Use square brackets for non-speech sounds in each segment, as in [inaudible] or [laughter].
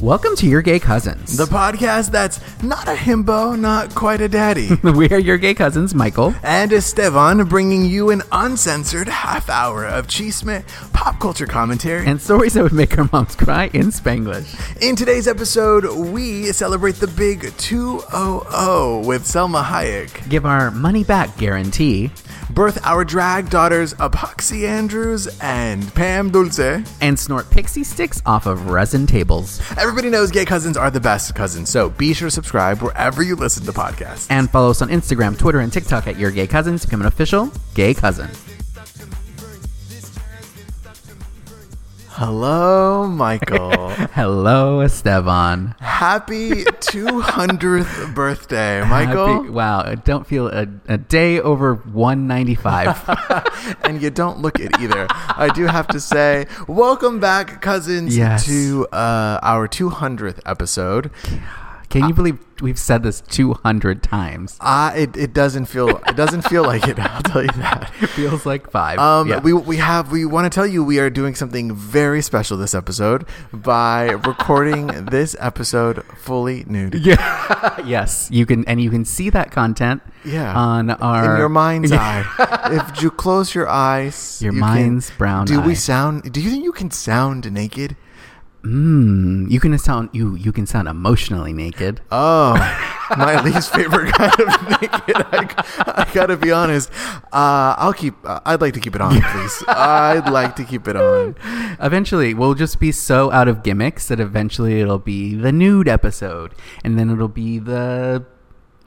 Welcome to Your Gay Cousins. The podcast that's not a himbo, not quite a [laughs] daddy. [laughs] we are Your Gay Cousins, Michael. and Estevan bringing you an uncensored half hour of chisme, pop culture commentary. And stories that would make our moms cry in Spanglish. In today's episode, we celebrate the big 200 with Selma Hayek, Give our money back guarantee. birth our drag daughters Apoxy Andrews and Pam Dulce. And snort pixie sticks off of resin tables. Everybody knows gay cousins are the best cousins, so be sure to subscribe wherever you listen to podcasts. And follow us on Instagram, Twitter, and TikTok at Your Gay Cousins to become an official gay cousin. Hello, [laughs] Michael. Hello, Esteban. Happy 200th birthday, Michael. Happy- wow, I don't feel a, a day over [laughs] 195. and you don't look it either. I do have to say, welcome back, cousins, Yes. to uh, our 200th episode. Can you believe we've said this 200 times? Uh, it, it doesn't feel it doesn't feel like it. [laughs] I'll tell you that. It feels like five. Um, Yeah. we, we have we want to tell you we are doing something very special this episode by [laughs] recording this episode fully nude. Yeah. [laughs] yes. You can and you can see that content Yeah. on our in your [laughs] mind's Yeah. eye. If you close your eyes, Your you mind's brown Do eye. we sound? Do you think you can sound naked? Mm, you can sound you you can sound emotionally [laughs] naked. Oh, my [laughs] least favorite kind of naked. I, I gotta be honest. Uh, I'll keep. Uh, I'd like to keep it on, please. I'd like to keep it on. Eventually, we'll just be so out of gimmicks that eventually it'll be the nude episode and then it'll be the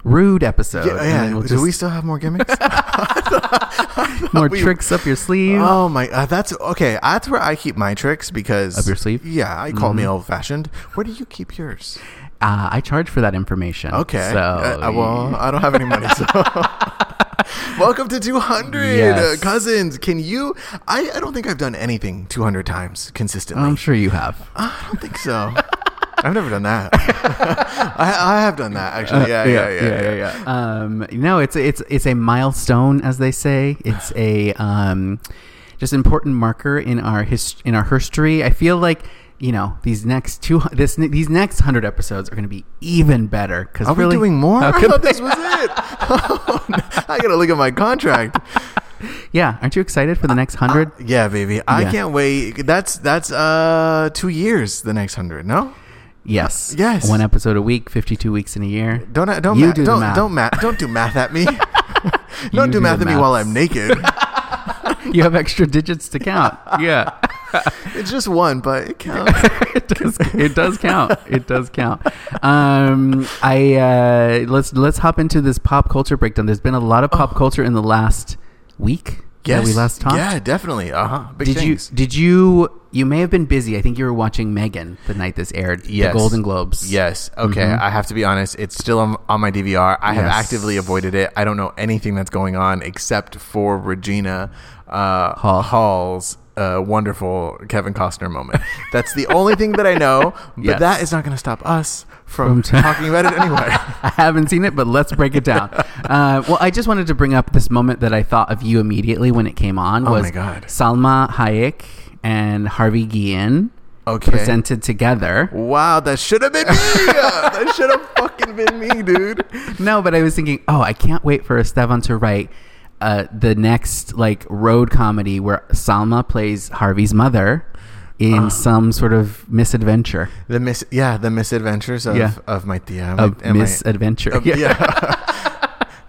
rude episode Yeah, and Oh, yeah. then we'll Do just we [laughs] still have [laughs] more gimmicks? more we- tricks up your sleeve. Oh my! Uh, that's okay. That's where I keep my tricks because Up your sleeve? Mm-hmm. Yeah, I call me old fashioned. Where do you keep yours? Uh, I charge for that information. Okay. So Uh, uh, well, I don't have any money, [laughs] so. Welcome to 200 Yes. uh, cousins. Can you? I, I don't think I've done anything 200 times consistently. I'm sure you have. I don't think so. I've never done that. [laughs] I, I have done that Uh, actually. Yeah, yeah, yeah, yeah. Um, no, it's it's it's a milestone, as they [sighs] say. It's a um, just important marker in our hist- in our history. I feel like you know these next two this these next hundred episodes are going to be even better because Are really, we doing [laughs] more? How I could thought they- this was it. [laughs] I gotta look at my contract. Uh, yeah, aren't you excited for the next hundred? Yeah, baby, I Yeah. can't wait. That's that's uh two years. The next hundred, no? yes, yes. One episode a week, fifty-two weeks in a year. Don't uh, don't You ma- do the don't math. don't math don't do math at [laughs] me. [laughs] You don't do do math the at me while maths. I'm naked. [laughs] You have extra digits to count. [laughs] Yeah. it's just one, but it counts. [laughs] it does. It does count. It does count. Um, I uh, let's let's hop into this pop culture breakdown. There's been a lot of Oh. pop culture in the last week that we last talked. Yeah, definitely. Uh huh. Big Did things. you did you you may have been busy. I think you were watching Megan the night this aired. Yes. The Golden Globes. [laughs] Yes. Okay. Mhm. I have to be honest. It's still on, on my DVR. I have Yes. actively avoided it. I don't know anything that's going on except for Regina uh, Hall. Hall's uh, wonderful Kevin Costner moment. [laughs] That's the only thing that I know. But Yes. that is not going to stop us From from t- talking [laughs] about it anyway. I haven't seen it, but let's break it [laughs] down. uh, well, I just wanted to bring up this moment that I thought of you immediately when it came on. Oh was my God. Salma Hayek and Harvey Guillen Okay. presented together. wow, that should have been me. uh, that should have fucking been me, dude. No, but I was thinking, oh, I can't wait for Esteban to write uh, the next like road comedy where Salma plays Harvey's mother Uh-huh. in some sort of misadventure The mis yeah, the misadventures of, Yeah. of my tia. of and [laughs] my- misadventure. Um, yeah. [laughs]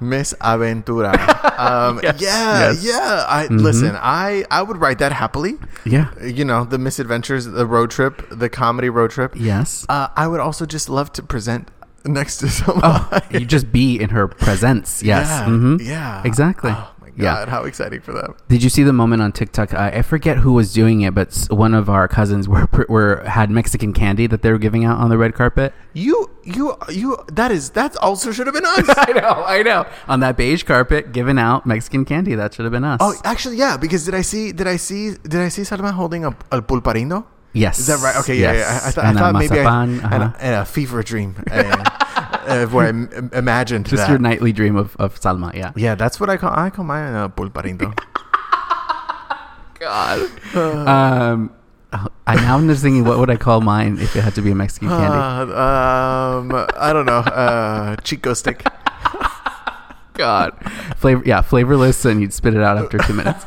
Miss Aventura. Um, [laughs] Yes. Yeah, Yes. Mm-hmm. yeah. I listen. I I would write that happily. Yeah. You know, the misadventures, the road trip, the comedy road trip. Yes. Uh, I would also just love to present next to [laughs] someone. you just be in her presence. Oh, Yes. [laughs] Yeah, Mhm. yeah. Exactly. Oh my god! Yeah. How exciting for them. Did you see the moment on TikTok? I, I forget who was doing it, but s- one of our cousins were, were had Mexican candy that they were giving out on the red carpet. You, you, you. That is. That also should have been [laughs] us. I know, I know. On that beige carpet, giving out Mexican candy. That should have been us. oh, actually, yeah. Because did I see? Did I see? Did I see Salma holding a, a pulparindo? Yes. Is that right? Okay, yeah, yeah. I, I, thought I And a thought maybe I, mazapan, and, uh-huh. a, and a fever dream uh, uh, where I m- imagined Just that. your nightly dream of, of Salma, yeah. yeah, that's what I call I call mine uh, pulparindo. God. Um, I now I'm just thinking, what would I call mine if it had to be a Mexican [laughs] candy? Uh, um, I don't know. Uh, Chico stick. God, flavor, yeah, flavorless, and you'd spit it out after two [laughs] minutes.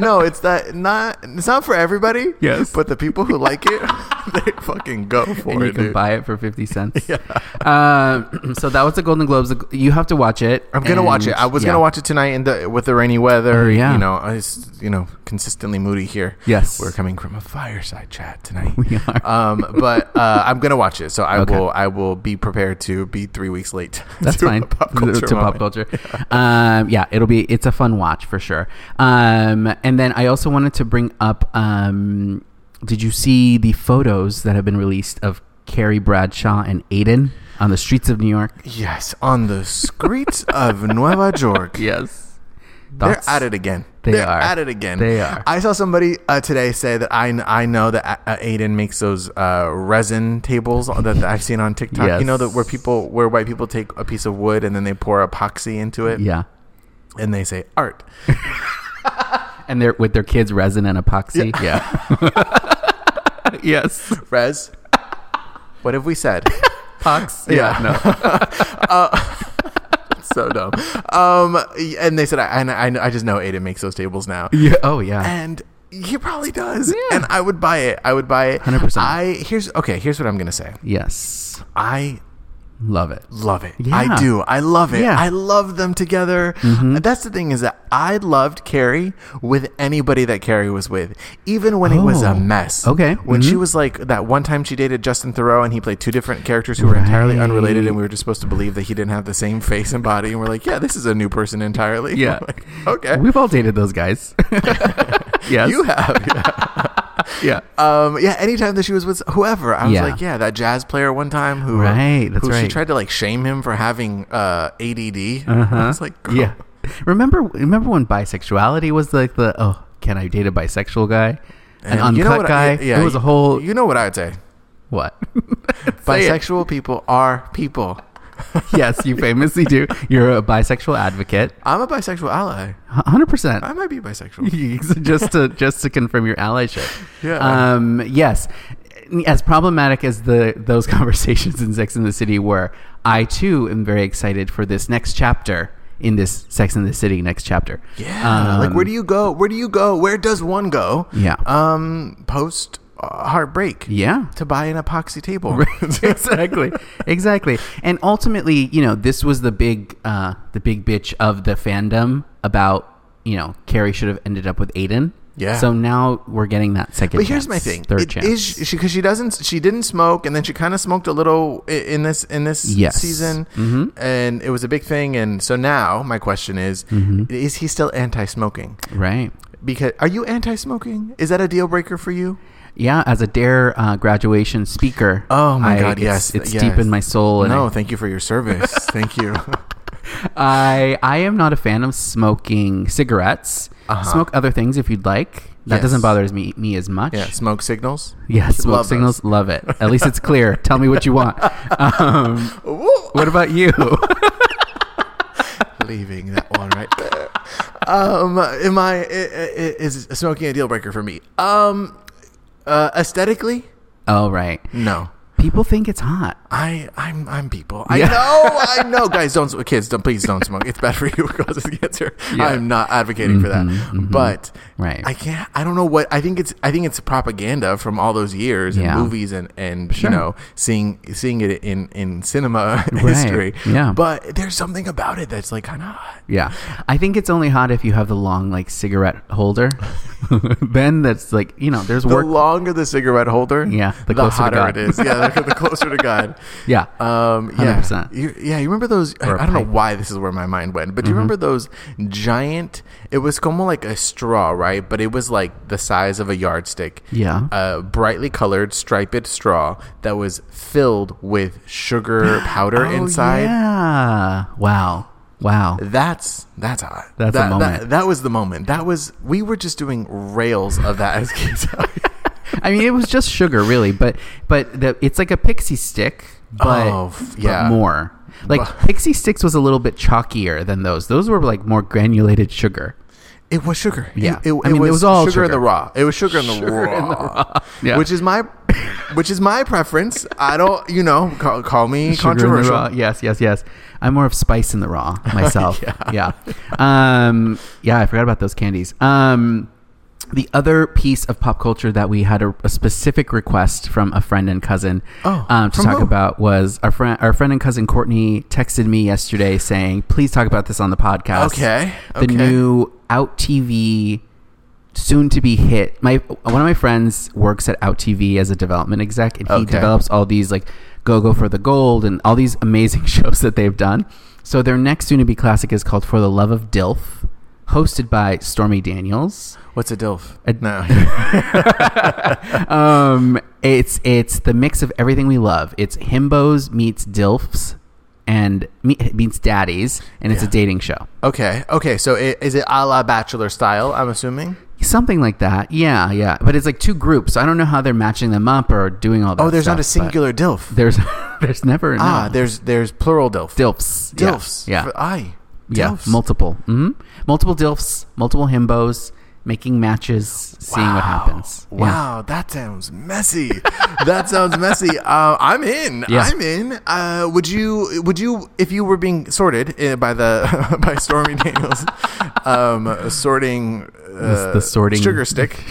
no, it's that not. It's not for everybody. Yes. but the people who like it, [laughs] they fucking go [laughs] for and it. you can dude. buy it for fifty cents. [laughs] Yeah. Um, so that was the Golden Globes. You have to watch it. I'm gonna watch it. I was gonna watch it tonight in the with the rainy weather. Oh, yeah. you know, I s- you know consistently moody here. Yes. we're coming from a fireside chat [laughs] tonight. We are. Um, but uh, I'm gonna watch it, so I Okay. will. I will be prepared to be three weeks late. [laughs] [laughs] That's to a fine. Pop To- culture to pop moment. [laughs] culture. Um, yeah, it'll be it's a fun watch for sure. Um, and then I also wanted to bring up um, did you see the photos that have been released of Carrie Bradshaw and Aiden on the streets of New York? Yes, on the streets [laughs] of Nueva York. Yes. They're at it again. They They're are. at it again. They are. I saw somebody uh, today say that I, I know that uh, Aiden makes those uh, resin tables that, that I've seen on TikTok. Yes. You know that where people where white people take a piece of wood and then they pour epoxy into it Yeah. and they say art. And they're with their kids resin and epoxy. Yeah. [laughs] yes. [laughs] [laughs] Res. what have we said? Pox. Yeah. [laughs] No. so dumb. Um, and they said I, and I I just know Aiden makes those tables now. Yeah. Oh yeah. and he probably does. Yeah. And I would buy it. I would buy it. 100%. I here's okay. Here's what I'm gonna say. Yes. I Love it. love it. Yeah. I do. I love it. Yeah. Mm-hmm. I love them together. That's the thing is that I loved Carrie with anybody that Carrie was with, even when it was Oh. a mess. Okay. When she Mhm. was like that one time she dated Justin Thoreau and he played two different characters who were entirely Right. unrelated, and we were just supposed to believe that he didn't have the same face and body, and we're like, yeah, this is a new person entirely. Yeah. [laughs] Like, okay. We've all dated those [laughs] guys. [laughs] yes. You have. Yeah. yeah. Um, yeah, anytime that she was with whoever, I was Yeah. like, yeah, that jazz player one time who, Right, that's who she right. tried to like shame him for having uh, ADD. I was like, girl, Uh-huh. yeah. Remember, remember when bisexuality was like the oh, can I date a bisexual guy, an uncut you know what guy? I- yeah, it was a you- whole You know what I would say? [laughs] what? Say it. Bisexual people are people. [laughs] yes, you famously do. You're a bisexual advocate, I'm a bisexual ally. hundred percent. [laughs] I might be bisexual. just to just to confirm your allyship. Yeah. Um, yes. As problematic as the those [laughs] conversations in Sex in the City were, I too am very excited for this next chapter in this Sex in the City next chapter. Yeah. like, where do you go? Where do you go? Where does one go? Um, Yeah. Um, post uh, heartbreak Yeah. to buy an epoxy table. [laughs] Right. exactly. Exactly. And ultimately, you know, this was the big uh the big bitch of the fandom about, you know, Carrie should have ended up with Aiden. Yeah. So now we're getting that second But here's chance, my thing: Third It- chance. is she because she doesn't she didn't smoke, and then she kind of smoked a little i- in this in this Yes. season, Mhm. and it was a big thing. And so now my question is: Mm-hmm. Is he still anti-smoking? right. Because are you anti-smoking? Is that a deal breaker for you? Yeah, as a dare uh, graduation speaker. Oh my I- God, it's- yes, It's yes. deep in my soul and no, I- thank you for [laughs] your service. thank you. I I am not a fan of smoking cigarettes. Uh-huh. Smoke other things if you'd like. That Yes. doesn't bother me me as much. Yeah, smoke signals. Yeah, smoke Love those. signals. Love it. At least it's clear. [laughs] Tell me what you want. Um, Woo! what about you? [laughs] leaving that one right there. Um, am I i- i- is smoking a deal breaker for me? Um, uh, aesthetically, oh, right. no. People think it's hot. I I'm I'm people. Yeah. I know, I know, guys. Don't sm- kids. Don't please don't smoke. It's bad for [laughs] you. It causes cancer. Yeah. Mm-hmm, I'm not advocating for that, but Right. I can't. I don't know what. I think it's I think it's propaganda from all those years and Yeah. movies and and Sure. you know seeing seeing it in in cinema [laughs] Right. history. Yeah. but there's something about it that's like kind of yeah. I think it's only hot if you have the long like cigarette [laughs] holder. then that's like, you know, there's the work. longer the cigarette holder, Yeah, the the, closer to hotter God. it is. Yeah, the, the closer [laughs] to God. yeah. Um, yeah, 100%. You, yeah. You remember those? I, Or a I don't know pipe. Mm-hmm. why this is where my mind went, but do you remember those giant? It was como like a straw, right? But it was like the size of a yardstick. Yeah. A brightly colored striped straw that was filled with [gasps] sugar powder Oh, inside. Yeah. Wow. [laughs] Wow. That's that's hot. That's a that, moment. That, that was the moment. That was we were just doing rails of that as kids. I mean, it was just sugar, really, but but the, it's like a pixie stick, but, Oh, f- but yeah. more. Like But- pixie sticks was a little bit chalkier than those. Those were like more granulated sugar. It was sugar. Yeah. it, it- I it mean, was, it was all sugar, sugar. in the raw. It was sugar in the, raw, [laughs] Yeah. which is my, which is my preference. I don't, you know, call, call me Sugar in the controversial. raw. Yes, yes, yes. I'm more of spice in the [laughs] raw myself. yeah. yeah. Um, yeah, I forgot about those candies. Um, the other piece of pop culture that we had a, a specific request from a friend and cousin Oh, um, to from talk who? about was our friend our friend and cousin Courtney texted me yesterday saying, "Please talk about this on the podcast." Okay, The okay. new Out TV soon to be hit. My one of my friends works at Out TV as a development exec and he Okay. develops develops all these like Go Go for the Gold and all these amazing [laughs] shows that they've done. So their next soon to be classic is called For the Love of Dilf, hosted by Stormy Daniels. What's a DILF? [laughs] A- no. [laughs] Um, it's it's the mix of everything we love. It's himbos meets dilfs and me- meets daddies, and it's a Yeah. dating show. okay. Okay. So i- is it a la Bachelor style? I'm assuming. Something like that, yeah, yeah. But it's like two groups. I don't know how they're matching them up or doing all that. Oh, there's not a stuff, but singular DILF. There's, [laughs] there's never Ah, no. there's there's plural DILF. dilfs, yeah, DILFs. yeah. For- Aye. Yeah, DILFs. multiple. hmm Multiple DILFs, multiple himbos, making matches, seeing what happens. Yeah. Wow, that sounds messy. that [laughs] sounds messy. Uh, I'm in. Yeah. I'm in. Uh, would you? Would you? If you were being sorted uh, by the [laughs] by Stormy Daniels, um, sorting uh, the sorting- [laughs] sugar stick,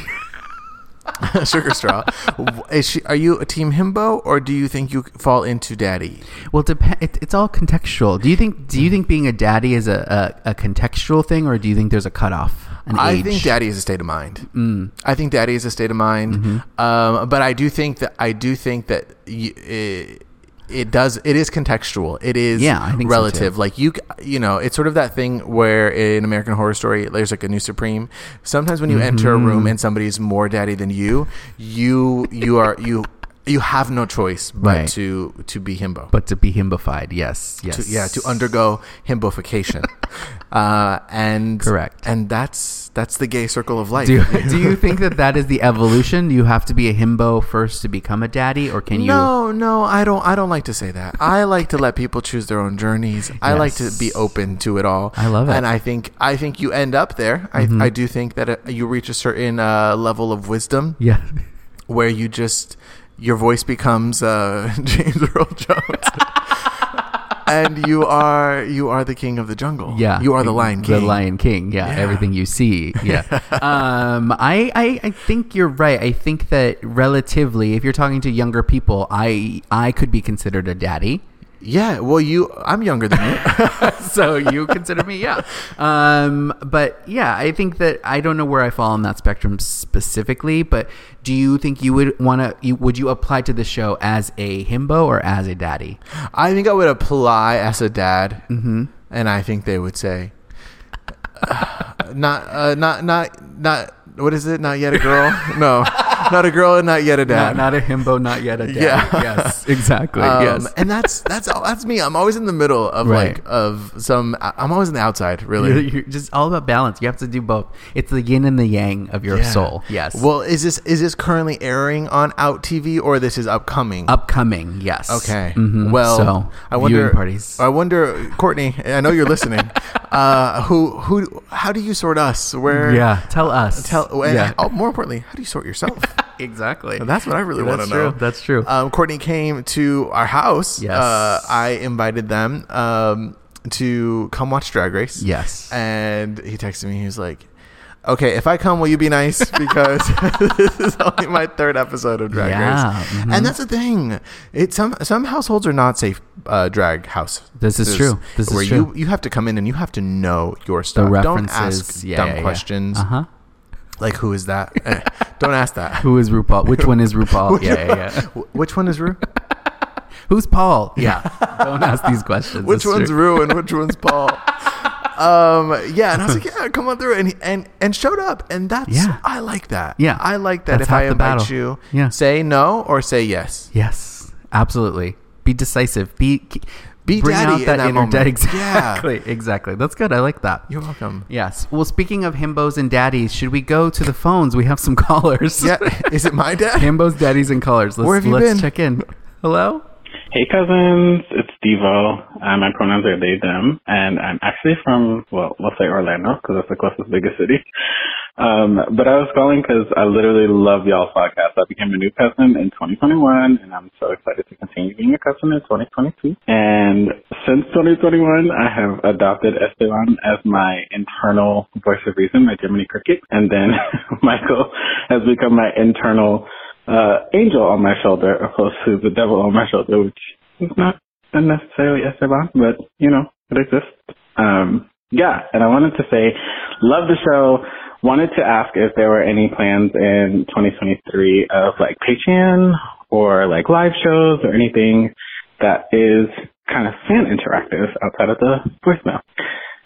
[laughs] sugar straw. w- Is she, are you a team himbo, or do you think you fall into daddy? Well, dep- it, it's all contextual. Do you think do you think being a daddy is a, a, a contextual thing, or do you think there's a cutoff? An I age? Mm. think daddy is a state of mind. I think daddy is a state of mind. Mm-hmm. Um, but I do think that I do think that y- it, it does it is contextual. It is Yeah, I think so, too. relative. like you c- you know, it's sort of that thing where in American Horror Story there's like a new supreme. Sometimes when you Mm-hmm. enter a room and somebody's more daddy than you, you you are you you have no choice but Right. to to be himbo But to be himbified, yes, yes, to, yeah to undergo himbofication [laughs] uh, and Correct. and that's that's the gay circle of life Do, [laughs] do you think that that is the evolution? Do you have to be a himbo first to become a daddy, or can you? no no i don't i don't like to say that i like to let people choose their own journeys i like to Yes. be open to it all I love it. Mm-hmm. and i think i think you end up there i, I do think that uh you reach a certain uh, level of wisdom [laughs] Yeah. where you just your voice becomes uh, [laughs] James Earl [laughs] Jones, and you are you are the king of the jungle. Yeah, you are the lion king. The Lion King. Yeah, Yeah. everything you [laughs] see. Yeah. um, I, I I think you're right. I think that relatively, if you're talking to younger people, I I could be considered a daddy. Yeah, well, you I'm younger than [laughs] you. [laughs] so you consider me, yeah. Um, but yeah, I think that I don't know where I fall on that spectrum specifically. But do you think you would want to? You, would you apply to the show as a himbo or as a [laughs] daddy? I think I would apply as a dad, Mm-hmm. and I think they would say, uh, not, uh, not, not, not. What is it? Not yet a [laughs] girl? No, not a girl and not yet a Not, dad. not a himbo, not yet a daddy. Yeah. Yes, [laughs] exactly. Um, yes. and that's that's all, that's me. I'm always in the middle of Right. like of some. I- I'm always on the outside, [laughs] really. You're, you're just all about balance. You have to do both. It's the yin and the yang of your Yeah. soul. Yes. Well, is this is this currently airing on Out TV or this is upcoming? upcoming. Yes. Okay. Mhm. Well, so I wonder. viewing parties. I wonder, Courtney. I know you're listening. [laughs] uh, who who? How do you sort us? Where? yeah. Tell us. Tell. And, [laughs] Yeah. oh, more importantly, how do you [laughs] sort yourself? exactly. That's what I really want That's to know. true. That's true. Um, Courtney came to our house. Yes. Uh, I invited them um, to come watch Drag Race. yes. And he texted me. He was like, "Okay, if I come, will you [laughs] be nice? Because [laughs] this is only my third episode of Drag Yeah, Race, mhm. and that's the thing. It some some households are not safe uh, drag house. This is true. This is where true. you you have to come in and you have to know your the stuff. Don't references. ask yeah, dumb yeah, yeah. questions Uh huh. like who is that? [laughs] Eh, Don't ask that. [laughs] Who is RuPaul? Which one is [laughs] RuPaul? yeah, yeah, yeah. Wh- Which one is Rue? Who's Paul? [laughs] Yeah. Don't ask these questions. which It's one's true. Rue and which one's [laughs] Paul? um, yeah, and I was like, yeah, come on through, and he- and and showed up, and that's Yeah. I like that. Yeah. I like that. That's if half I the invite battle. you, Yeah. say no or say yes. Yes. Absolutely. Be decisive. Be Be bring daddy out in that, that inner moment. dad. [laughs] Yeah. Exactly. Exactly. That's good. I like that. You're welcome. Yes. Well, speaking of himbos and daddies, should we go to the phones? We have some [laughs] callers. Yeah, [laughs] is it my [laughs] dad? himbos, daddies, and callers. Let's, Where have you let's been? check in. Hello. Hey cousins, it's Devo. Uh, my pronouns are they, them. And I'm actually from, well, let's say Orlando, because that's the closest biggest city. Um, but I was calling because I literally love y'all's podcast. I became a new cousin in 2021, and I'm so excited to continue being a cousin in 2022. And since 2021, I have adopted Esteban as my internal voice of reason, my Jiminy Cricket. And then [laughs] Michael has become my internal uh, angel on my shoulder opposed to the devil on my shoulder, which is not necessarily Esteban, but you know, it exists. Um, yeah, and I wanted to say, love the show. Wanted to ask if there were any plans in 2023 of like Patreon or like live shows or anything that is kind of fan interactive outside of the voicemail.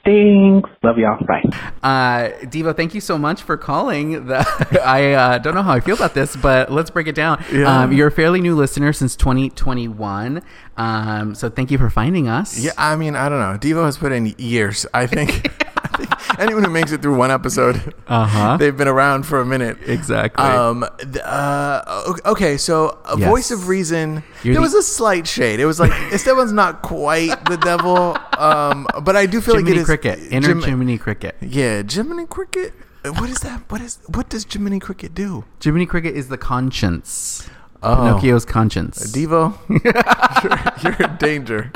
Thanks. Love y'all. Bye. Uh, Devo, thank you so much for calling. The, [laughs] I uh, don't know how I feel about this, but let's break it down. Yeah. Um, you're a fairly new listener since 2021. Um, so thank you for finding us. Yeah, I mean, I don't know. Devo has put in years. I [laughs] think, [laughs] I think anyone who makes it through one episode, Uh-huh. [laughs] they've been around for a minute. Exactly. Um. th- Uh. o- Okay. So, a Yes. voice of reason. You're there the- was a slight shade. It was like [laughs] Esteban's not quite the devil. Um. But I do feel Jiminy like it is Cricket. Inner Jim- Jiminy Cricket. Yeah, Jiminy Cricket. What is that? What is? What does Jiminy Cricket do? Jiminy Cricket is the conscience. Oh. Pinocchio's conscience. Devo, [laughs] you're, you're in danger.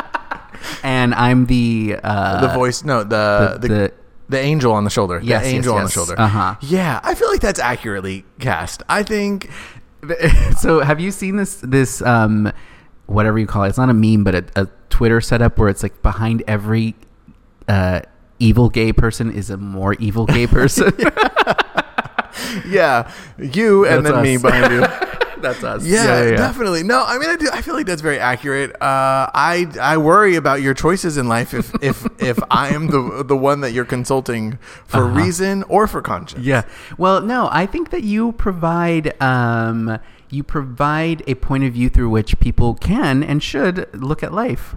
and I'm the uh, the voice no the the- the, the- the, angel on the shoulder Yes, the yes, angel on the yes. shoulder Uh-huh. yeah i feel like that's accurately cast i think [laughs] so have you seen this this um whatever you call it it's not a meme but a, a twitter setup where it's like behind every uh evil gay person is a more evil gay person yeah you and That's then me us. [laughs] behind you [laughs] that's us yeah, definitely no i mean i do i feel like that's very accurate uh i i worry about your choices in life if [laughs] if if i am the the one that you're consulting for Uh-huh. reason or for conscience yeah well no i think that you provide um you provide a point of view through which people can and should look at life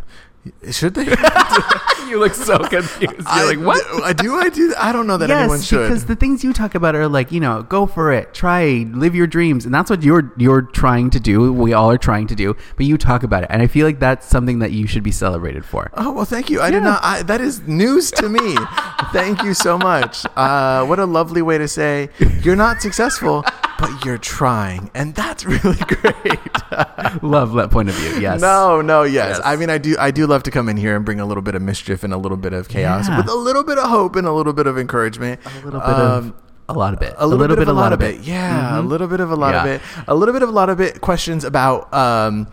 should they [laughs] you look so confused you're [laughs] I- I do I do I don't know that anyone yes, should because the things you talk about are like you know, go for it, try, live your dreams, and that's what you're you're trying to do. We all are trying to do, but you talk about it, and I feel like that's something that you should be celebrated [laughs] for. Oh well, thank you. I Yeah. did not. I, that is news to me. thank you so much. Uh, what a lovely way to say you're not successful, but you're trying, and that's really [laughs] great. Love that point of [laughs] view. Yes. No, no, yes. Yes. I mean, I do. I do love to come in here and bring a little bit of mischief and a little bit of chaos, Yeah. with a little bit of hope and a little bit of encouragement. Um, a little bit of a lot of it. a little, bit, of a lot of it. Mm-hmm. it. Yeah, a little bit of a lot Yeah. of it. A little bit of a lot of it. Questions about um,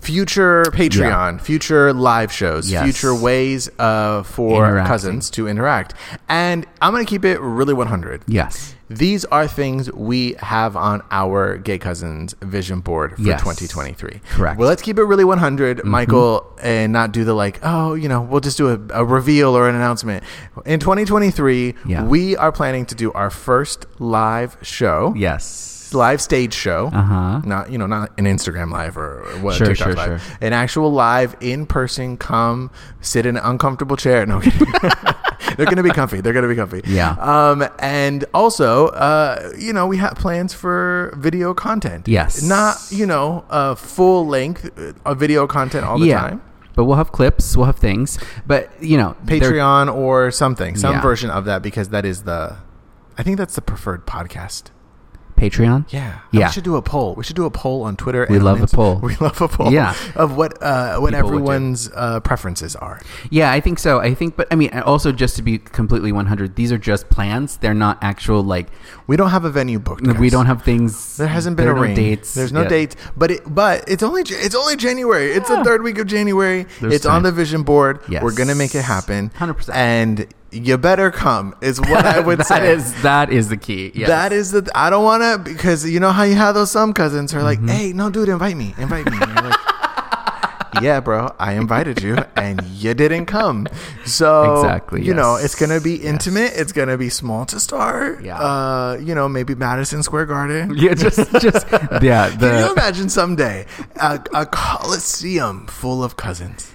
future Patreon, future live shows, Yes. future ways uh, for Interacting. cousins to interact. And I'm going to keep it really 100. Yes. These are things we have on our Gay Cousins vision board for Yes. 2023. Correct. Mm-hmm. Well, let's keep it really 100, Michael, and not do the like, oh, you know, we'll just do a, a reveal or an announcement. In 2023, Yeah. we are planning to do our first live show. Yes. Live stage show, Uh-huh. not you know, not an Instagram live or what Sure, TikTok sure, live, sure. an actual live in person. Come sit in an uncomfortable chair. No, kidding. [laughs] they're going to be comfy. They're going to be comfy. Yeah. Um, and also, uh, you know, we have plans for video content. Yes. Not you know, uh, full length uh, video content all the yeah. time. But we'll have clips. We'll have things. But you know, they're- Patreon or something, some Yeah. version of that, because that is the, I think that's the preferred podcast. Patreon. Yeah. Yeah. We should do a poll. We should do a poll on Twitter. We and love on a poll. We love a poll. Yeah. Of what uh, what People would do. everyone's uh, preferences are. Yeah, I think so. I think, but I mean, also just to be completely 100, these are just plans. They're not actual, like, We don't have a venue booked. we guys. don't have things. There hasn't been there a are no ring. dates. There's no yet. dates, but it, but it's only Ja- it's only January. It's the third week of January. There's it's time. on the vision board. Yes. We're gonna make it happen. 100%. And you better come. Is what [laughs] I would That say. is- that is the key. Yes. That is the I don't want to because you know how you have those some cousins who are Mm-hmm. like, "Hey, no, dude, invite me, invite me." And [laughs] you're like, yeah, bro, I invited you and you didn't come. So Exactly, you know, yes. it's gonna be Yes. intimate. It's gonna be small to start. Yeah. uh, you know, maybe Madison Square [laughs] Garden. [laughs] yeah, just just yeah. [laughs] Can you The imagine someday a, a coliseum full of cousins?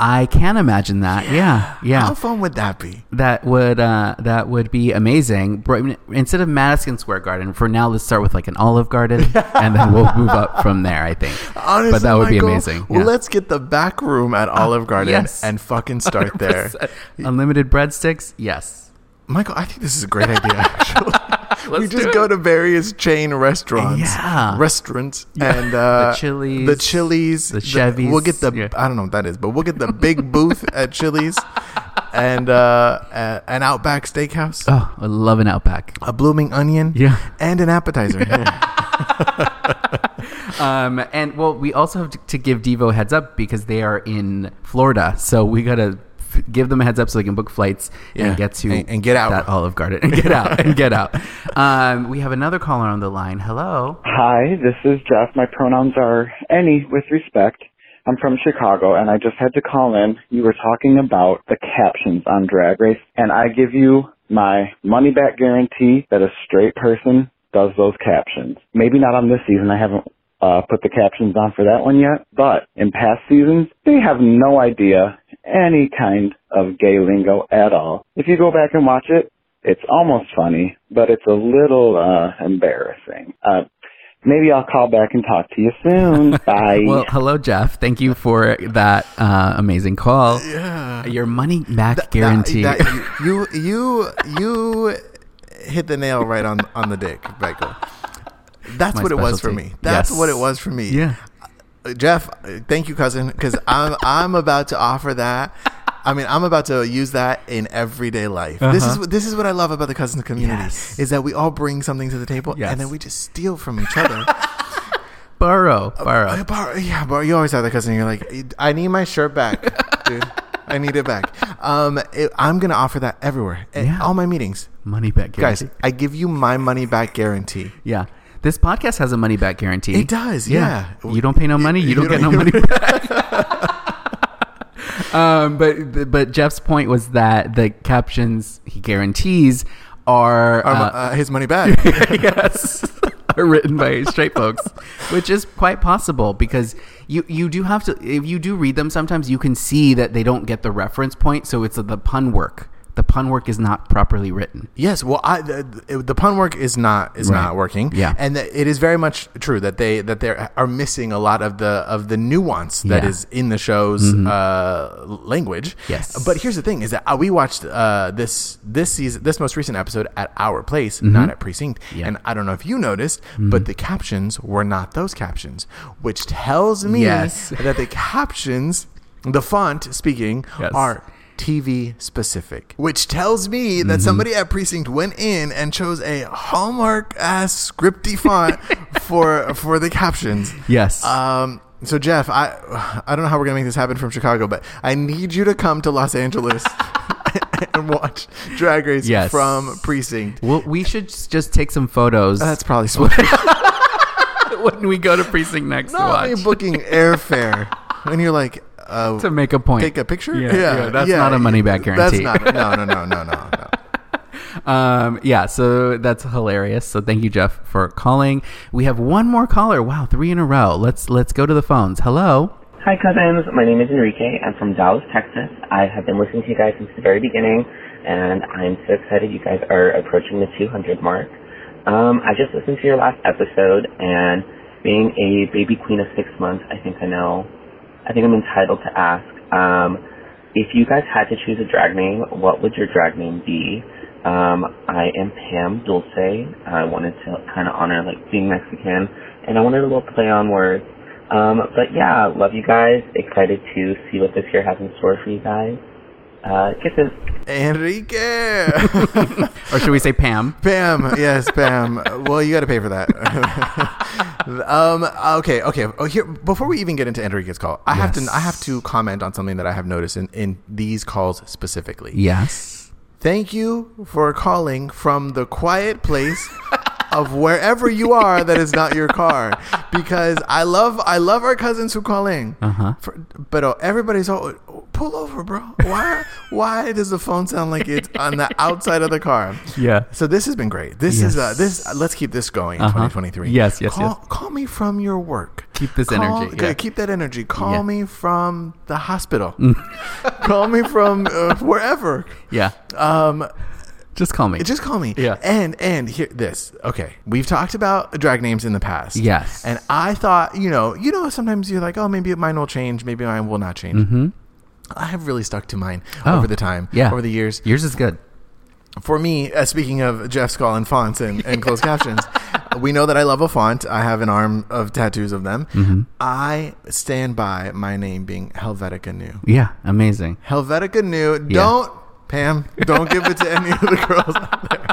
I can imagine that. Yeah, yeah. How fun would that be? That would uh, that would be amazing. But instead of Madison Square Garden, for now, let's start with like an Olive [laughs] Garden, and then we'll move up from there. I think. Honestly, but that would be Michael, amazing. Well, yeah. let's get the back room at Olive Garden yes. and fucking start [laughs] there. 100%. Unlimited breadsticks. Yes. Michael, I think this is a [laughs] great idea. Actually, we Let's just do it. go to various chain [laughs] restaurants, Yeah. restaurants, and uh, The Chili's, the Chili's, the Chevy's, we'll get the yeah. I don't know what that is, but [laughs] we'll get the big booth at Chili's, and uh, a- an Outback Steakhouse, Oh, I love an Outback. a blooming onion, Yeah. and [laughs] an appetizer. Um, and well, we also have to, to give Devo a heads up because they are in Florida, so we gotta f- give them a heads up so they can book flights Yeah. and get to And- and get out. that Olive Garden [laughs] and [laughs] get out and get out. Um, we have another caller on the line. Hello. Hi, this is Jeff. My pronouns are any with respect. I'm from Chicago and I just had to call in. You were talking about the captions on Drag Race and I give you my money back guarantee that a straight person does those captions. Maybe not on this season. I haven't uh, put the captions on for that one yet, but in past seasons, they have no idea any kind of gay lingo at all. If you go back and watch it, it's almost funny, but it's a little uh, embarrassing. Uh, maybe I'll call back and talk to you soon. Bye. Well, hello, Jeff. Thank you for that uh, amazing call. Yeah. Your money back That- guarantee. that- that- you you you hit the nail right on on the dick, Michael. That's My what it was for specialty. me. That's Yes. what it was for [laughs] me. yeah. Jeff, thank you, cousin, because I'm I'm about to offer that. I mean, I'm about to use that in everyday life. This is what this is what I love about the cousin community Uh-huh. Yes. is that we all bring something to the table Yes. and then we just steal from [laughs] each other. Borrow, I borrow. borrow- yeah, but you always have that cousin. You're like, I need my shirt back, dude. I need it back. Um, it, I'm gonna offer that everywhere, at Yeah. all my meetings, Money back guarantee. guys. I give you my money back guarantee. Yeah. This podcast has a money back guarantee. It does, yeah. You don't pay no money, you, you don't, get no don't- money back. [laughs] um, but but Jeff's point was that the captions he guarantees are, Or, uh, uh, his money back. [laughs] yes, are written by straight folks, which is quite possible because you you do have to if you do read them sometimes you can see that they don't get the reference point, so it's the pun work. The pun work is not properly written. Yes, well, I, the, the pun work is not is Right. not working. Yeah. and that it is very much true that they that they are missing a lot of the of the nuance that Yeah. Mm-hmm. is in the show's uh, language. Yes. but here's the thing: is that uh, we watched uh, this this season this most recent episode at our place, not at precinct, Mm-hmm. Yeah. Mm-hmm. and I don't know if you noticed, but the captions were not those captions, which tells me Yes. that the captions, the font speaking, Yes. are TV specific, which tells me Mm-hmm. that somebody at Precinct went in and chose a Hallmark ass [laughs] scripty font for for the captions. Yes. Um. So Jeff, I I don't know how we're gonna make this happen from Chicago, but I need you to come to [laughs] Los Angeles and watch Drag Race Yes. from Precinct. well, we should s- just take some photos. That's probably smart. [laughs] when we go to precinct next to Not watch only booking [laughs] airfare, and you're like. Uh, to make a point. Take a picture. Yeah, yeah, that's not a money back guarantee. That's not. No, no, no, no, no. no. um, yeah, so that's hilarious. So thank you, Jeff, for calling. We have one more caller. Wow, three in a row. Let's let's go to the phones. Hello. Hi, cousins. My name is Enrique. I'm from Dallas, Texas. I have been listening to you guys since the very beginning, and I'm so excited you guys are approaching the 200 mark. Um, I just listened to your last episode, and being a baby queen of six months, I think I know, I think I'm entitled to ask, um, if you guys had to choose a drag name, what would your drag name be? Um, I am Pam Dulce. I wanted to kind of honor, like, being Mexican, and I wanted a little play on words. Um, but yeah, love you guys. Excited to see what this year has in store for you guys. Uh, kisses. [laughs] Enrique. Or should we say [laughs] Pam? Pam, yes, Pam. Well, you got to pay for that. [laughs] um, okay, okay. Oh, here before we even get into Enrique's call, I have Yes. to I have to comment on something that I have noticed in, in these calls specifically. Yes. Thank you for calling from the quiet place of wherever you are that is not your car because I love I love our cousins who call in. Uh huh. For, but uh, everybody's all, pull over, bro. Why? why does the phone sound like it's on the outside of the car? [laughs] Yeah. So this has been great. This is uh, Yes. this. Let's keep this going in Uh-huh. 2023. Yes, yes, call, yes. Call me from your work. Keep this Call- energy, g- yeah. Keep that energy. Call Yeah. Mm. me from the hospital. [laughs] call me from uh, wherever. Yeah. Um, Just call me. just call me. Yeah. And and here this. Okay. We've talked about drag names in the past. Yes. And I thought, you know, you know, sometimes you're like, oh, maybe mine will change, maybe mine will not change. Mm-hmm. I have really stuck to mine Mm. Oh, over the time, yeah. over the years. Yours is good. For me, uh, speaking of Jeff's call and fonts and, and closed captions, we know that I love a font. I have an arm of tattoos of them. I stand by my name being Helvetica New. Yeah. Amazing. Helvetica New. Don't, Pam, don't give it to any of the girls out there.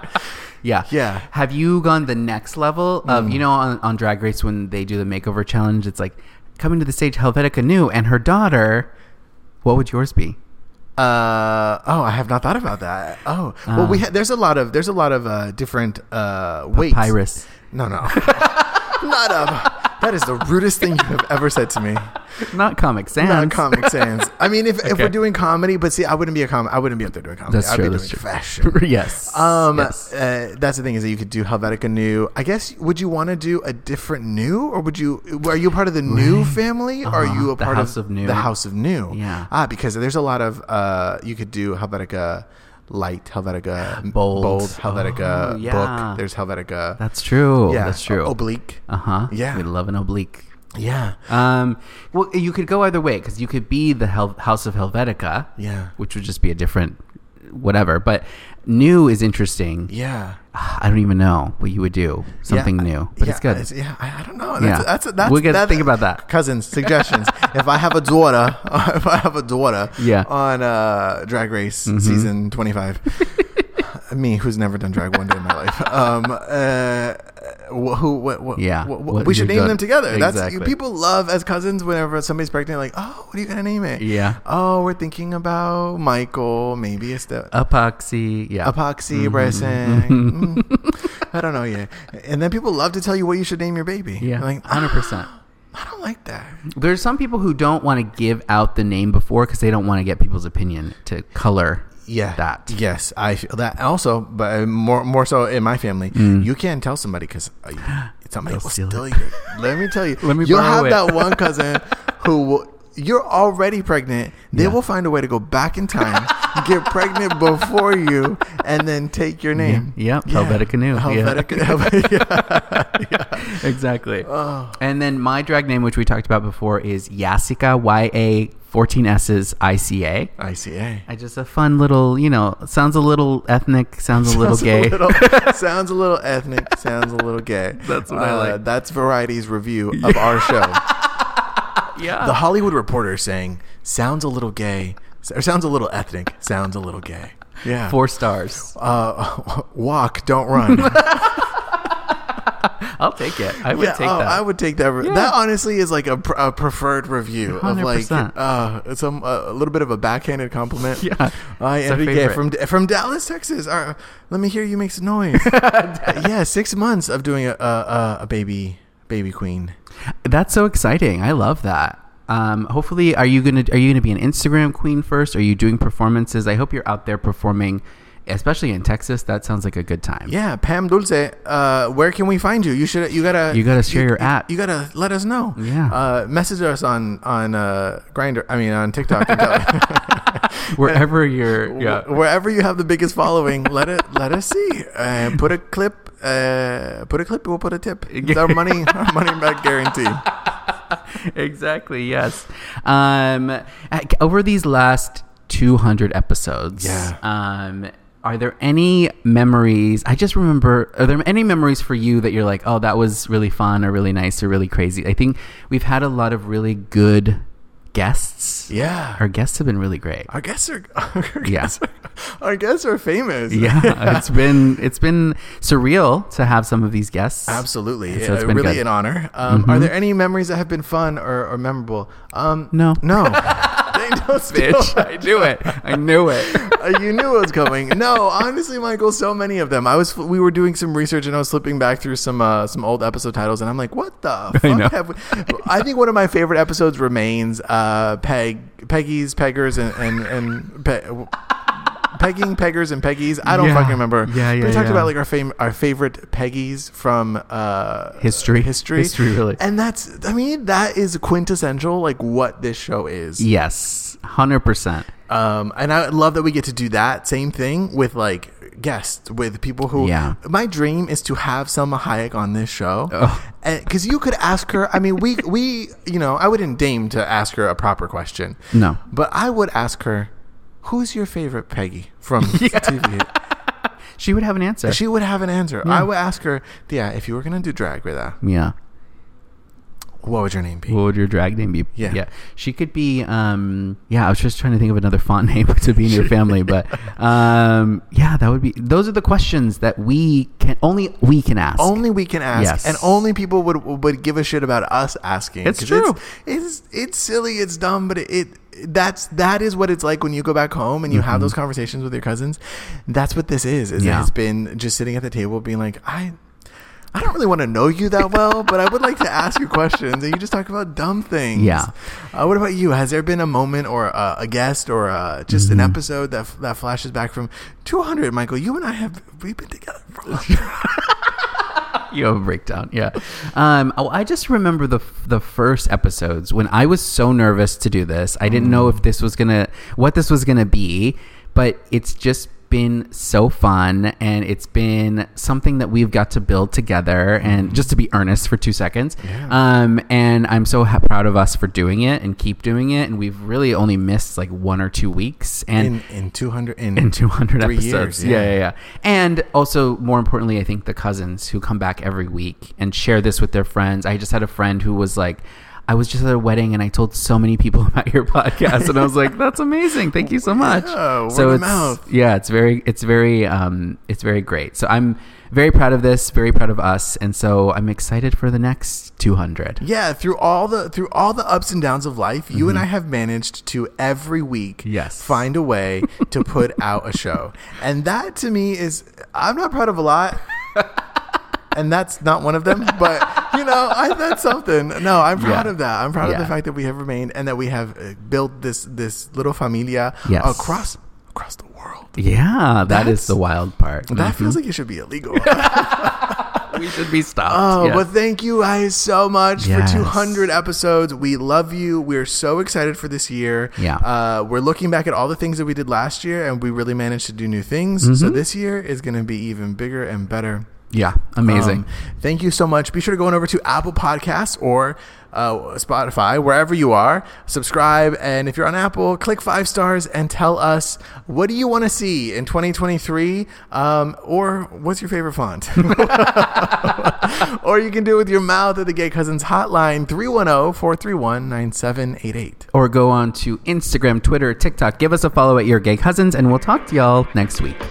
Yeah. Yeah. Mm. Have you gone the next level of, you know, on, on Drag Race when they do the makeover challenge, it's like coming to the stage Helvetica New and her daughter, what would yours be? Uh, oh, I have not thought about that. Oh, well, we ha- there's a lot of there's a lot of uh, different uh, weights. Papyrus. No, [laughs] no, not a. That is the rudest thing you have ever said to me. Not Comic Sans. [laughs] Not Comic Sans. I mean, if, if Okay. we're doing comedy, but see, I wouldn't be a com. I wouldn't be up there doing comedy. That's I'd true, be that's doing true. fashion. [laughs] yes. Um, Yes. uh, that's the thing is that you could do Helvetica New. I guess would you want to do a different New, or would you? Are you part of the New family? or are Uh-huh. you a The part House of New. The House of New. Yeah. Ah, because there's a lot of uh, you could do Helvetica Light, Helvetica Bold. Helvetica Oh, yeah. Book. There's Helvetica. That's true. yeah, That's true. Oblique. Uh huh. Yeah. We love an oblique. Yeah. Um, well, you could go either way because you could be the Hel- House of Helvetica, Yeah. which would just be a different whatever. But new is interesting. Ah, Yeah. I don't even know what you would do. Something Yeah, new, but yeah, it's good. yeah, I, I don't know. That's, Yeah. that's, that's, We gotta that- think about that. [laughs] Cousins, suggestions. if I have a daughter, [laughs] if I have a daughter, Yeah. Mm-hmm. on uh, Drag Race season twenty five. [laughs] Me, who's never done drag one day in my life. Um, uh, wh- who? What? what Yeah. wh- wh- What we you should name done. them together. That's you, Exactly. people love as cousins. Whenever somebody's pregnant, like, oh, what are you gonna name it? Yeah. Oh, we're thinking about Michael. Maybe it's the Epoxy, yeah, epoxy Mm-hmm. bracing. Mm. I don't know yet. And then people love to tell you what you should name your baby. yeah, like hundred percent. I don't like that. There's some people who don't want to give out the name before because they don't want to get people's opinion to color. Yeah, that. Yes, I feel that. And Also, but uh, more more so in my family, you can't tell somebody because [gasps] somebody Mm. They'll will steal steal, it. your. Let me tell you. [laughs] Let me You'll have borrow it. [laughs] that one cousin who will. You're already pregnant. They will find a way to go back in time, get pregnant before you, and then take your name. Yep, Helvetica New, yeah. Helvetica. [laughs] Helvetica. [laughs] exactly. And then my drag name, which we talked about before, is Yasika. Y A fourteen S's [laughs] I C A. ICA. I just a fun little, you know, sounds a little ethnic, [laughs] sounds a little gay. [laughs] Sounds a little- sounds a little ethnic. Sounds a little gay. Uh, That's what I like. That's Variety's review of our show. yeah. [laughs] the Hollywood Reporter saying sounds a little gay, or sounds a little ethnic. Sounds a little gay. Yeah. [laughs] Four stars. uh, [laughs] walk, don't run. [laughs] I'll take it. I would Yeah, take oh, that. I would take that. re- Yeah. That honestly is like a, pr- a preferred review of like 100%. uh, some a little bit of a backhanded compliment. [laughs] Yeah. I It's our am yeah, favorite. from from Dallas, Texas. Uh, let me hear you make some noise. [laughs] Uh, yeah, six months of doing a a, a baby baby queen. That's so exciting. I love that. Um, hopefully, are you gonna are you gonna be an Instagram queen first? Are you doing performances? I hope you're out there performing, especially in Texas. That sounds like a good time. Yeah, Pam Dulce, uh, where can we find you? You should you gotta You gotta share your at. You gotta let us know. Yeah. uh, message us on on uh, Grinder. I mean on TikTok. [laughs] And tell- Wherever [laughs] you're, yeah. Wh- wherever you have the biggest following, let it let us see. Uh, put a clip. Uh, put a clip. We'll put a tip. It's our money. Our money back guarantee. exactly. Yes. Um, ac- over these last 200 episodes, Yeah. um, are there any memories? I just remember, are there any memories for you that you're like, oh, that was really fun or really nice or really crazy? I think we've had a lot of really good guests. Yeah. Our guests have been really great. Our guests are. [laughs] Our Yeah. guests are, our guests are famous. [laughs] Yeah, [laughs] it's been it's been surreal to have some of these guests. Absolutely, And so it's Uh, been really good. Mm-hmm. [laughs] an honor. Um, Are there any memories that have been fun or, or memorable? Um, No. no. I know [laughs] still. bitch. I knew it. I knew [laughs] it. Uh, you knew it was coming. No, honestly, Michael, so many of them. I was we were doing some research and I was flipping back through some uh, some old episode titles and I'm like, [laughs] what the fuck know. have we? I think one of my favorite episodes remains uh, Peg Peggy's Peggers and and and. Pe- Pegging, peggers, and peggies. I don't Yeah. fucking remember. Yeah, yeah, We talked yeah. about like our fam- our favorite peggies from uh, History. history, History, really. And that's, I mean, that is quintessential, like what this show is. Yes, hundred percent. Um, and I love that we get to do that same thing with like guests, with people who. Yeah. My dream is to have Selma Hayek on this show, Oh. because you could ask her. I mean, we we you know I wouldn't deign to ask her a proper question. No. but I would ask her, "Who's your favorite Peggy [laughs] from TV?" She would have an answer. She would have an answer. I would ask her, "Yeah, if you were gonna do drag with that, yeah. what would your name be?" What would your drag name be? Yeah. yeah. She could be. Um, yeah, I was just trying to think of another font [laughs] name to be in your family, but um, yeah, that would be. Those are the questions that we can only we can ask. Only we can ask, Yes. and only people would would give a shit about us asking. It's 'Cause true. It's, it's it's silly. It's dumb, but it, it that's that is what it's like when you go back home and you have those conversations with your cousins. That's what this is. Is Mm-hmm. Yeah. it's been just sitting at the table, being like, I I don't really want to know you that well, but I would like to ask you questions, and you just talk about dumb things. Yeah. Uh, what about you? Has there been a moment or uh, a guest or uh, just an Mm-hmm. episode that that flashes back from 200? Michael, you and I have we've been together for a long time. [laughs] you have a breakdown. Yeah. Um, oh, I just remember the the first episodes when I was so nervous to do this. I didn't know if this was gonna what this was gonna be, but it's just been so fun and it's been something that we've got to build together and just to be earnest for two seconds um, and i'm so ha- proud of us for doing it and keep doing it and we've really only missed like one or two weeks and in in 200 in, in 200 three episodes. years, yeah. yeah, yeah, And also, more importantly, I think the cousins who come back every week and share this with their friends. I just had a friend who was like, I was just at a wedding and I told so many people [laughs] about your podcast, and I was like, "That's amazing! Thank you so much." Yeah, word so of it's mouth. yeah, it's very, it's very, um, it's very great. So I'm very proud of this, very proud of us, and so I'm excited for the next 200. Yeah, through all the through all the ups and downs of life, you and I have managed to every week Mm-hmm. Yes. find [laughs] a way to put out a show. And that to me is I'm not proud of a lot. [laughs] and that's not one of them, but you know, I that's something. No, I'm proud Yeah. of that. I'm proud of Yeah. the fact that we have remained and that we have uh, built this this little familia Yes. across across the world. Yeah, that is That's- the wild part. Mm-hmm. That feels like it should be illegal. we should be stopped. Oh, Yes. but thank you guys so much Yes. for 200 episodes. We love you. We're so excited for this year. Yeah. Uh, we're looking back at all the things that we did last year, and we really managed to do new things. So Mm-hmm. this year is going to be even bigger and better. yeah, amazing. Um, thank you so much. Be sure to go on over to Apple Podcasts or uh, Spotify, wherever you are. Subscribe, and if you're on Apple, click five stars and tell us what do you want to see in 2023, um, or what's your favorite font. [laughs] or you can do it with your mouth at the Gay Cousins Hotline 310 431 9788. or go on to Instagram, Twitter, TikTok. Give us a follow at Your Gay Cousins, and we'll talk to y'all next week.